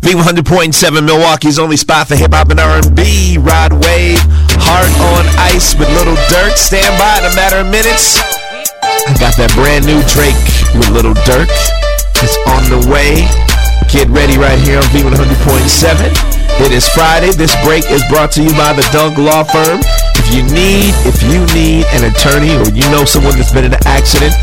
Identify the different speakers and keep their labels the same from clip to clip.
Speaker 1: B 100.7 Milwaukee's only spot for hip hop and R&B. Rod Wave, Heart on Ice with Little Dirk. Stand by in a matter of minutes. I got that brand new Drake with Little Dirk. It's on the way. Get ready right here on V100.7. It is Friday. This break is brought to you by the Dunk Law Firm. If you need, if you need an attorney or you know someone that's been in an accident,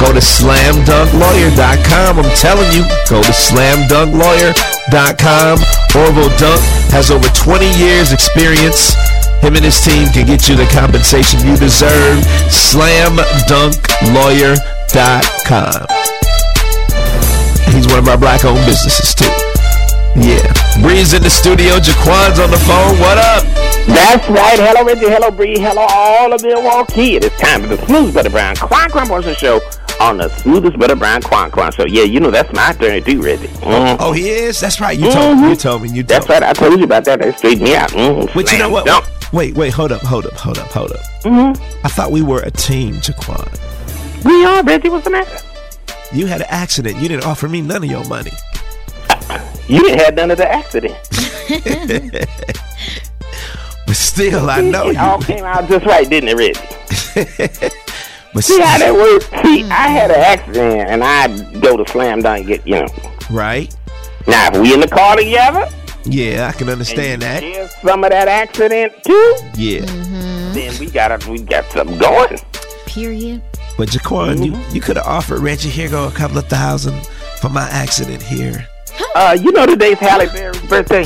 Speaker 1: Go to slamdunklawyer.com. I'm telling you, go to slamdunklawyer.com. Orville Dunk has over 20 years experience. Him and his team can get you the compensation you deserve. Slamdunklawyer.com. He's one of our black-owned businesses, too. Yeah. Bree's in the studio. Jaquan's on the phone. What up?
Speaker 2: That's right. Hello, Richie. Hello, Bree. Hello, all of Milwaukee. It is time for the Smooth Butter Brown Quan Quan Portion Show on the Smoothest Butter Brown Quan Quan Show. Yeah, you know that's my turn to do, Richie. Mm.
Speaker 1: Oh, he is? That's right. You told me. You told me. You told
Speaker 2: Mm-hmm. That's
Speaker 1: me.
Speaker 2: right. I told you about that. They straightened me out. Mm.
Speaker 1: But you know
Speaker 2: Slam
Speaker 1: what?
Speaker 2: dunk.
Speaker 1: Wait, wait, hold up, hold up, hold up, hold up.
Speaker 2: Mm-hmm.
Speaker 1: I thought we were a team, Jaquan.
Speaker 2: We are, Richie. What's the matter?
Speaker 1: You had an accident. You didn't offer me none of your money.
Speaker 2: You didn't have none of the accident.
Speaker 1: But still, I know
Speaker 2: it all
Speaker 1: you.
Speaker 2: came out just right, didn't it, Richie?
Speaker 1: But
Speaker 2: See how
Speaker 1: still,
Speaker 2: that works? See, I had an accident, and I go to slam dunk and get, you know.
Speaker 1: right?
Speaker 2: Now, if we in the car together,
Speaker 1: Yeah, I can understand
Speaker 2: and
Speaker 1: that.
Speaker 2: you share some of that accident, too,
Speaker 1: Yeah.
Speaker 2: then we got, we got something going.
Speaker 3: Period.
Speaker 1: But Jaquan, you, you could have offered Reggie here go a couple of thousand for my accident here.
Speaker 2: Uh, you know today's Halle Berry's birthday.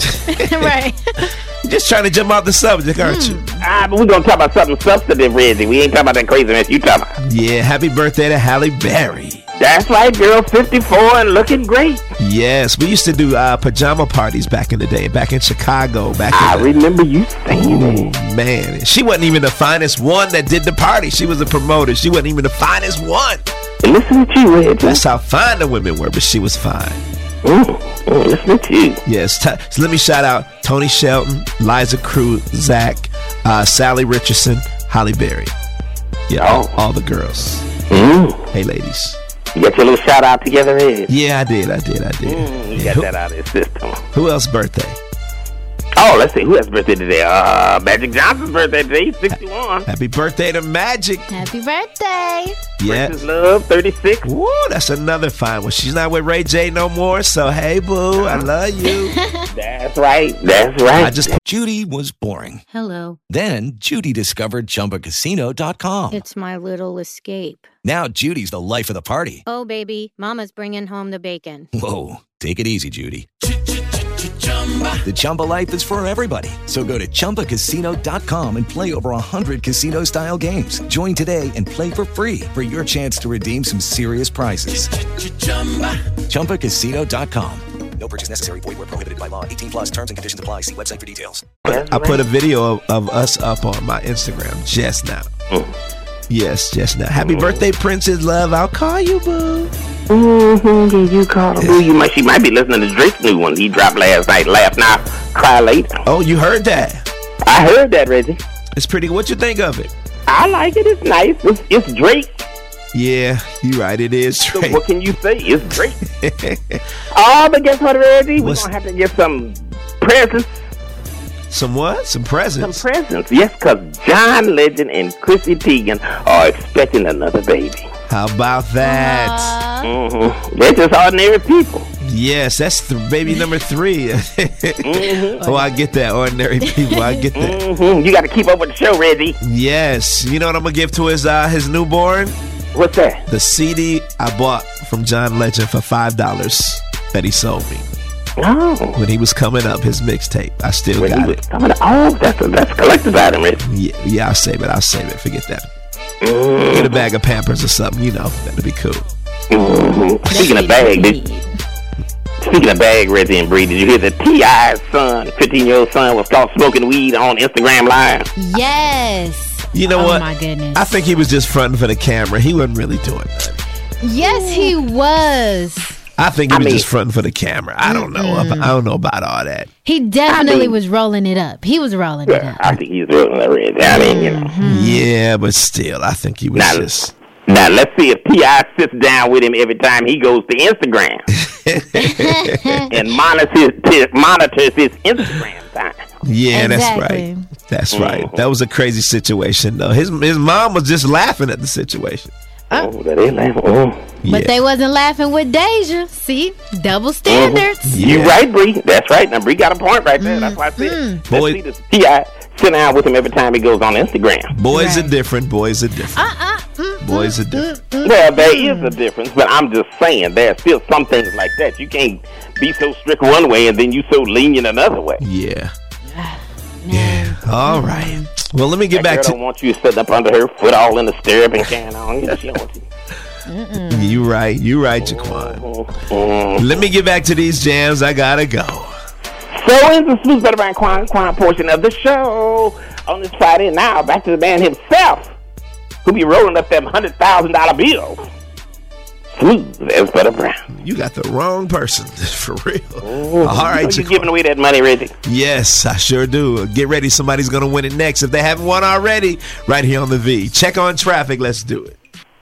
Speaker 4: right.
Speaker 1: You're just trying to jump off the subject, aren't you?
Speaker 2: ah, but we're gonna talk about something substantive, Reggie. We ain't talking about that craziness you talking about.
Speaker 1: Yeah, happy birthday to Halle Berry.
Speaker 2: That's right, girl, 54 and looking great.
Speaker 1: Yes, we used to do uh, pajama parties back in the day, back in Chicago, back in
Speaker 2: I
Speaker 1: the-
Speaker 2: remember you saying that.
Speaker 1: Man, and she wasn't even the finest one that did the party. She was a promoter. She wasn't even the finest one.
Speaker 2: And Listen to you, Reggie.
Speaker 1: That's how fine the women were, but she was fine.
Speaker 2: Mm, mm, listen to you.
Speaker 1: Yes. T- so let me shout out Tony Shelton, Liza Crew, Zach, uh, Sally Richardson, Holly Berry. Yeah, all, all the girls.
Speaker 2: Mm.
Speaker 1: Hey, ladies.
Speaker 2: You got your little shout out together, Reggie.
Speaker 1: Yeah, I did. I did. I did.
Speaker 2: Mm, you
Speaker 1: Yeah,
Speaker 2: got
Speaker 1: who,
Speaker 2: that out of your system.
Speaker 1: who else's birthday?
Speaker 2: Oh, let's see. Who has birthday today? Uh, Magic Johnson's birthday today. He's 61.
Speaker 1: Happy birthday to Magic.
Speaker 4: Happy birthday.
Speaker 1: Yeah.
Speaker 2: Princess Love, 36.
Speaker 1: Woo, that's another fine one. She's not with Ray J no more. So, hey, boo, I love you.
Speaker 2: That's right. That's right.
Speaker 1: I just
Speaker 5: Judy was boring.
Speaker 6: Hello,
Speaker 5: Then Judy discovered ChumbaCasino.com.
Speaker 6: it's my little escape.
Speaker 5: Now Judy's the life of the party.
Speaker 6: Oh, baby, Mama's bringing home the bacon.
Speaker 5: Whoa, take it easy, Judy. The Chumba life is for everybody. So go to ChumbaCasino.com and play over 100 casino style games. Join today and play for free for your chance to redeem some serious prizes. ChumbaCasino.com. No purchase necessary. Void where prohibited by law. 18 plus terms and conditions apply. See website for details.
Speaker 1: put, I put a video of, of us up on my Instagram just now. Yes, just now. Happy birthday, Princess Love. I'll call you, boo.
Speaker 2: Mm-hmm. Did you call her? Ooh, you might, she might be listening to Drake's new one. He dropped last night. Laugh now, cry later.
Speaker 1: Oh, you heard that?
Speaker 2: I heard that, Reggie.
Speaker 1: It's pretty. What you think of it?
Speaker 2: I like it. It's nice. It's, it's Drake.
Speaker 1: Yeah, you right. It is
Speaker 2: So
Speaker 1: Drake.
Speaker 2: what can you say? It's Drake. oh, but guess what, Reggie? We're
Speaker 1: What's-
Speaker 2: gonna have to get some presents.
Speaker 1: Some what? Some
Speaker 2: Some
Speaker 1: presents.
Speaker 2: presents. Yes, because John Legend and Chrissy Teigen are expecting another baby.
Speaker 1: How about that?
Speaker 2: Mm-hmm. They're just ordinary people.
Speaker 1: Yes, that's th- baby number three. oh, I get that. Ordinary people. I get that.
Speaker 2: Mm-hmm. You got to keep up with the show, Reggie.
Speaker 1: Mm-hmm. Yes. You know what I'm gonna give to his uh, his newborn?
Speaker 2: What's that?
Speaker 1: The CD I bought from John Legend for five dollars that he sold me.
Speaker 2: Oh.
Speaker 1: when he was coming up, his mixtape. I still
Speaker 2: When he
Speaker 1: got
Speaker 2: was
Speaker 1: it.
Speaker 2: coming, oh, that's a, that's a collector's item, Reggie.
Speaker 1: Yeah, yeah, I'll save it. I'll save it. Forget that.
Speaker 2: Mm.
Speaker 1: Get a bag of Pampers or something. You know, that'd be cool.
Speaker 2: Mhm. Speaking of bag, did, speaking of bag, Reggie and Bree, did you hear that T.I.'s son, 15 year old son, was caught smoking weed on Instagram Live?
Speaker 7: Yes.
Speaker 1: You know
Speaker 7: oh
Speaker 1: what?
Speaker 7: my goodness.
Speaker 1: I think he was just fronting for the camera. He wasn't really doing that.
Speaker 7: yes, he was.
Speaker 1: I think he
Speaker 2: I
Speaker 1: was
Speaker 2: mean-
Speaker 1: just fronting for the camera. I don't know. ab- I don't know about all that.
Speaker 7: He definitely
Speaker 2: mean-
Speaker 7: was rolling it up. He was rolling it up.
Speaker 2: I think he's rolling that red. I mean, you
Speaker 1: Mm-hmm.
Speaker 2: know.
Speaker 1: Yeah, but still, I think he was
Speaker 2: Nah.
Speaker 1: just.
Speaker 2: Now let's see if Ti sits down with him every time he goes to Instagram and monitors his, monitors his Instagram time.
Speaker 1: Yeah,
Speaker 7: Exactly.
Speaker 1: that's right. That's
Speaker 2: Mm-hmm.
Speaker 1: right. That was a crazy situation, though. His his mom was just laughing at the situation.
Speaker 2: Oh, that is laugh. Oh.
Speaker 1: Yeah.
Speaker 7: But they wasn't laughing with Deja. See, double standards.
Speaker 2: You
Speaker 1: Yeah.
Speaker 2: right, Bree. That's right. Now Bree got a point right there. That's why I said.
Speaker 1: Boy-
Speaker 2: Let's see this Ti sit down with him every time he goes on Instagram.
Speaker 1: Boys are different. Boys are different.
Speaker 7: Uh,
Speaker 1: Boys are different.
Speaker 2: Well, there is a difference, but I'm just saying there's still some things like that. You can't be so strict one way and then you so lenient another way.
Speaker 1: Yeah. Yeah. All right. Well, let me get
Speaker 2: That girl
Speaker 1: back
Speaker 2: don't
Speaker 1: to
Speaker 2: want you sitting up under her foot all in the stirrup and can on. You know, she don't want you.
Speaker 1: you. Right. You right, Jaquan.
Speaker 2: Mm.
Speaker 1: Let me get back to these jams. I gotta go.
Speaker 2: So is the Smooth Butter Brown Crime Crime portion of the show on this Friday. Now back to the man himself, who be rolling up them hundred thousand dollar bills. Smooth as butter brown.
Speaker 1: You got the wrong person for real. All
Speaker 2: You
Speaker 1: right,
Speaker 2: know Oh, you
Speaker 1: Jaquan.
Speaker 2: giving away that money, Reggie.
Speaker 1: Yes, I sure do. Get ready, somebody's gonna win it next if they haven't won already. Right here on the V. Check on traffic. Let's do it.